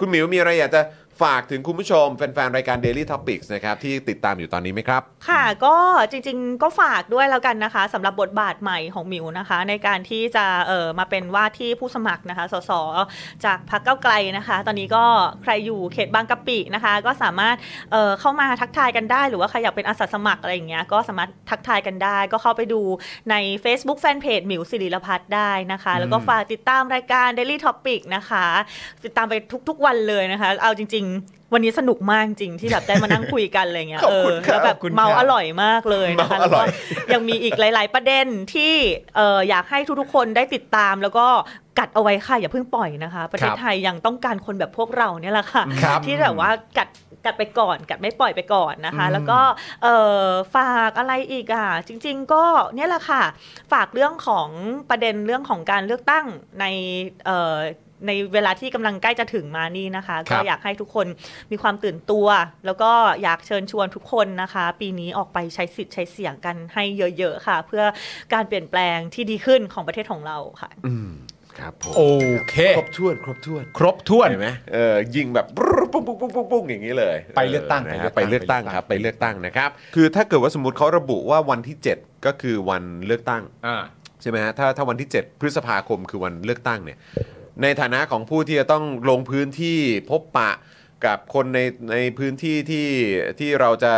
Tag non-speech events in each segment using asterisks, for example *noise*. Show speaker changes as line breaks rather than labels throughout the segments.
คุณหมิวมีอะไรอยากจะฝากถึงคุณผู้ชมแฟนๆ รายการ Daily Topics นะครับที่ติดตามอยู่ตอนนี้ไหมครับ
ค่ะก็จริงๆก็ฝากด้วยแล้วกันนะคะสำหรับบทบาทใหม่ของหมิวนะคะ ในการที่จะเออมาเป็นว่าที่ผู้สมัครนะคะสสจากพรรคเก้าวไกลนะคะ ตอนนี้ก็ใครอยู่เขตบางกะปินะคะ ก็สามารถเออเข้ามาทักทายกันได้หรือว่าใครอยากเป็นอาสาสมัครอะไรอย่างเงี้ยก็สามารถทักทายกันได้ ก็เข้าไปดูใน Facebook Fanpage หมิวสิริรพัฒน์ได้นะคะ แล้วก็
อืม
ฝากติดตามรายการ Daily Topic นะคะ ติดตามไปทุกๆวันเลยนะคะ เอาจริง ๆ วันนี้สนุกมากจริงๆที่แบบได้มานั่งคุยกันอะไรเงี้ย
ขอบ
เอ
คุณ
อ
ครับ
แล้วแบบ
ขอบคุณครับ
เมาอร่อยมากเลยนะคะ
เมาอ
แล้ว
ร่
ก็
อย
ยังมีอีกหลาย ๆ ประเด็นที่เอออยากให้ทุกๆคนได้ติดตาม แล้วก็กัดเอาไว้ค่ะอย่าเพิ่งปล่อยนะคะ ประเทศไทยยังต้องการคนแบบพวกเราเนี่ยแหละค่ะ
ครับ
ที่แบบว่ากัดกัดไปก่อนกัดไม่ปล่อยไปก่อนนะคะ แล้วก็เอ่อฝากอะไรอีกอ่ะจริง ๆ ก็เนี่ยแหละค่ะ ฝากเรื่องของประเด็นเรื่องของการเลือกตั้งในเอ่อในเวลาที่กำลังใกล้จะถึงมานี่นะคะ
ครั
ก็
บ
อยากให้ทุกคนมีความตื่นตัว แล้วก็อยากเชิญชวนทุกคนนะคะ ปีนี้ออกไปใช้สิทธิ์ใช้เสียงกันให้เยอะๆค่ะ เพื่อการเปลี่ยนแปลงที่ดีขึ้นของประเทศของเราค่ะ
อืมครับผม
โอเค
ครบถ้วนครบถ้วน
ครบถ้วน
เห็นไหมเออยิงแบบปุ๊บปุ๊บปุ๊บปุ๊บปุ๊บอย่างนี้เลย
ไปเลือกตั้ง
นะฮะไป
ไปเลื
เลือ
อก กตั้
ตั้ง
ง
ครับไปเลือกตั้งนะครับ คือถ้าเกิดว่าสมมติเขาระบุว่าวันที่ 7 ก็คือวันเลือกตั้ง
อ่า
ใช่ไหมฮะถ้าถ้าวันที่ 7 พฤษภาคมคือวันเลือกตั้งเนี่ยในฐานะของผู้ที่จะต้องลงพื้นที่พบปะกับคนในในพื้นที่ที่ที่เราจะ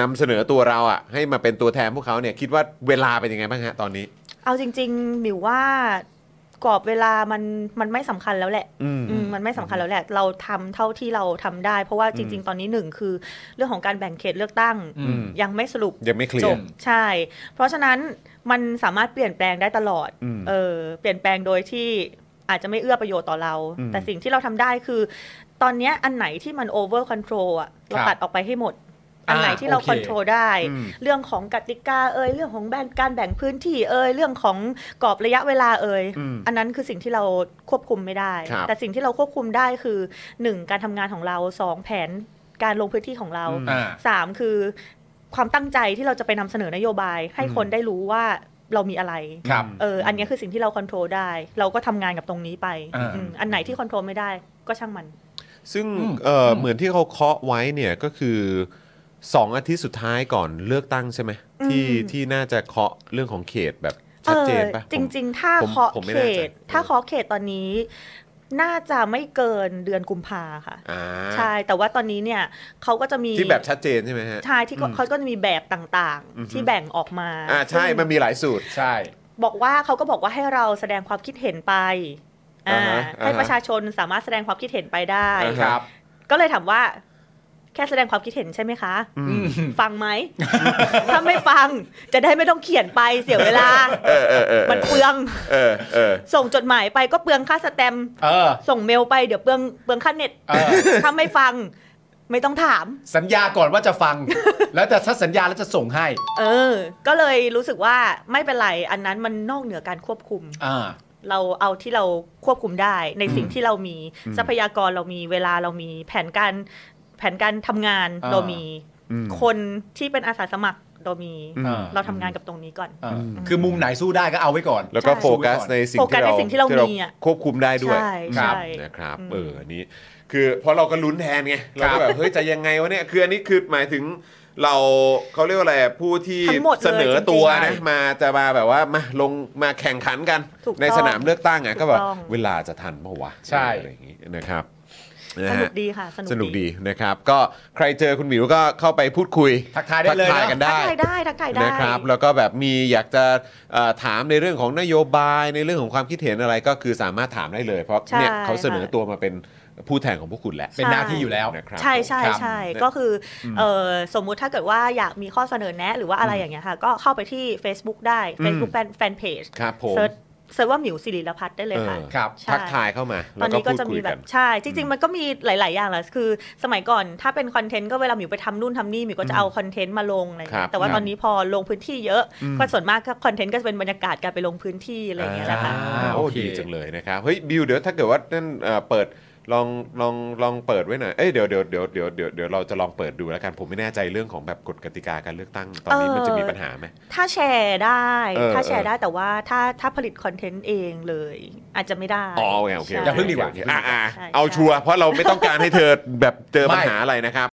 นำเสนอตัวเราอ่ะให้มาเป็นตัวแทนพวกเขาเนี่ยคิดว่าเวลาเป็นยังไงบ้างฮะตอนนี้
เอาจริงๆหมิวว่ากรอบเวลามันมันไม่สำคัญแล้วแหละ
อืม
อืมมันไม่สำคัญแล้วแหละ เราทำเท่าที่เราทำได้ เพราะว่าจริง ๆ ตอนนี้หนึ่งคือ เรื่องของการแบ่งเขตเลือกตั้ง
อืม
ยังไม่สรุป
ยังไม่เคลี
จ
ย
บ
ร์
ใช่ เพราะฉะนั้นมันสามารถเปลี่ยนแปลงได้ตลอด
อืม
เออเปลี่ยนแปลงโดยที่อาจจะไม่เอื้อประโยชน์ต่อเรา
อืม
แต่สิ่งที่เราทำได้คือ ตอนเนี้ยอันไหนที่มันโอเวอร์คอนโทรลอ่ะเรา
ครับ
ตัดออกไปให้หมด อันไหนที่เรา
โอเค
คอนโทรลได้
อืม
เรื่องของกติกาเอ่ยเรื่องของแบนการแบ่งพื้นที่เอ่ยเรื่องของกรอบระยะเวลาเอ่ย
อืม
อันนั้นคือสิ่งที่เราควบคุมไม่ได้
ครับ
แต่สิ่งที่เราควบคุมได้คือ 1. การทำงานของเรา 2. แผนการลงพื้นที่ของเรา
อ่า
3. คือความตั้งใจที่เราจะไปนำเสนอนโยบาย ให้คนได้รู้ว่าเรามีอะไร
ครับ
เอออันเนี้ยคือสิ่งที่เราควบคุมได้ เราก็ทำงานกับตรงนี้ไป
อ่า
อืมอันไหนที่ควบคุมไม่ได้ก็ช่างมัน
ซึ่ง
อืม
เอ่ออ
ม
เหมือนที่เขาเคาะไว้เนี่ยก็คือสองอาทิตย์สุดท้ายก่อนเลือกตั้งใช่ไหมที่
อืม
ที่น่าจะเคาะเรื่องของเขตแบบชัดเจนปะ
ออจ
ผม
ริง ๆ ถ้า
ผม
เคาะ
ผมไม่
เข
แน่ใจ
ต ถ้าเคาะเขตตอนนี้ น่าจะไม่เกินเดือนกุมภาค่ะ
อ่า
ใช่ แต่ว่าตอนนี้เนี่ยเขาก็จะมี
ที่แบบชัดเจนใช่ไหมฮะ
ใช่ที่ก็
อืม
เขาก็จะมีแบบต่าง
อือฮึ
ๆ ที่แบ่งออกมา
อ่าใช่
ซึ่ง
มันมีหลายสูตร
ใช่
บอกว่าเขาก็บอกว่าให้เราแสดงความคิดเห็นไปอ่า
อ่าฮะอ่าฮะ
ให้ประชาชนสามารถแสดงความคิดเห็นไปได้
อ่าฮะ
ครับ
ก็เลยถามว่า แค่แสดงความคิดเห็นใช่ไหมคะ
อืม
ฟังไหม ถ้าไม่ฟังจะได้ไม่ต้องเขียนไปเสียเวลา
เออเออเออ
มันเปลือง
เออเออ
ส่งจดหมายไปก็เปลืองค่าสแตมป์
เออ
ส่งเมลไปเดี๋ยวเปลืองเปลืองค่าเน็ต
เออ
ถ้าไม่ฟังไม่ต้องถาม
สัญญาก่อนว่าจะฟัง *laughs* แล้วแต่ถ้าสัญญาแล้วจะส่งให้
เออ ก็เลยรู้สึกว่าไม่เป็นไร อันนั้นมันนอกเหนือการควบคุม
อ่า
เราเอาที่เราควบคุมได้ในสิ่ง
อืม
ที่เรามีทรัพยากรเรามีเวลาเรามีแผนการแผนการทำงาน
อ่า
เรามี
อืม
คนที่เป็นอาสาสมัครเรามี
อ่า
เราทำงานกับตรงนี้ก่อน
อ่าคือมุมไหนสู้ได้ก็เอาไว้ก่อน
แล้วก็
ใช่
โฟกัสในสิ่ง
โฟกัสในสิ่งที่เรามีอะ
ควบคุมได้ด้วย
ใช่
ใช่
นะครับ
อืม
เอออันนี้ คือเพราะเราก็ลุ้นแทนไงเราก็แบบเฮ้ยจะยังไงวะเนี่ยคืออันนี้คือหมายถึงเราเขาเรียกว่าอะไรอะผู้ที่
ทั้งหมดเลย
เสนอตัว
จริ
นะ
งๆ
มาจะมาแบบว่ามาลงมาแข่งขันกัน
ถูกต้อง
ในสนามเลือกตั้งอ่ะก็แบบ
ถูกต้อง
เวลาจะทันเมื่อวะ
ใช่
อะไรอย่างงี้นะครับ
ส
นะ
นุ
ฮะ
กดีค่ะ สนุ
สนุกดีนะครับ ก็ใครเจอคุณหมิวก็เข้าไปพูดคุย
ทักทายได้เลย
ทักทาย
นะ
กัน
ทัก
ได้
ทายได้ทักทายได้
นะครับแล้วก็แบบมีอยากจะเอ่อถามในเรื่องของนโยบายในเรื่องของความคิดเห็นอะไรก็คือสามารถถามได้เลย เพราะ
ใช่
เนี่ยเขาเสนอ
ค่ะ
ตัวมาเป็นผู้แทนของพวกคุณแหละ
เป็นหน้าที่อยู่แล้ว
นะครับ
ใช่ใช่
ครับ
ใช่
นะ
ก็คืออเออสมมุติถ้าเกิดว่าอยากมีข้อเสนอแนะหรือว่าอะไรอย่างเงี้ยค่ะ ก็เข้าไปที่ Facebook ได้ Facebook แฟนแฟนเพจ
ครับผม
เซิร์ชเซิร์ชว่าหมิวสิริรพัฒน์ได้เลยค่ะ
เออ
ครับ
ใช่
ทักทายเข้ามา
ตอ
แล้วก็
นนี้
พู
ก็
ด
จะ
คุ
มี
ย
แบ
กับ น
ใช่ จริง ๆ มันก็มีหลาย ๆ อย่างแหละคือ สมัยก่อนถ้าเป็นคอนเทนต์ก็เวลาหมิวไปทำนู่นทำนี่หมิวก็จะเอาคอนเทนต์มาลงอะไรอย่าง
ครั
เงี้
บ
ยแต่ว่าตอนนี้พอลงพื้นที่เยอะ
อืม
ก็ส่วนมากก็คอนเทนต์ก็จะเป็นบรรยากาศการไปลงพื้นที่อะไรอย่างเงี้ยนะคะ
อ่าโอ้
โอเค
ดีจังเลยนะครับเฮ้ยบิวเดี๋ยวถ้าเกิดว่านั่นเอ่อเปิด ลองลองลองเปิดไว้หน่อยเอ้ยเดี๋ยวเดี๋ยวเดี๋ยวเดี๋ยวเดี๋ยวเดี๋ยวเราจะลองเปิดดูแล้วกันผมไม่แน่ใจเรื่องของแบบกฎกติกาการเลือกตั้งตอนนี้
เออ
มันจะมีปัญหาไหม
ถ้าแชร์ได้
เออ
ถ้าแช
เอ
ร์
อ
ได้แต่ว่าถ้าถ้าผลิตคอนเทนต์เองเลย อาจจะไม่ได้
อ๋อโอเคโอเค
ใช่
อย่าเพิ่งดีกว่า
โเคอ่า
ใช่
เอา
ใช่
ชัวร์เพราะเราไม่ต้องการให้เธอแบบเจอ
ไม่
ปัญหาอะไรนะครับ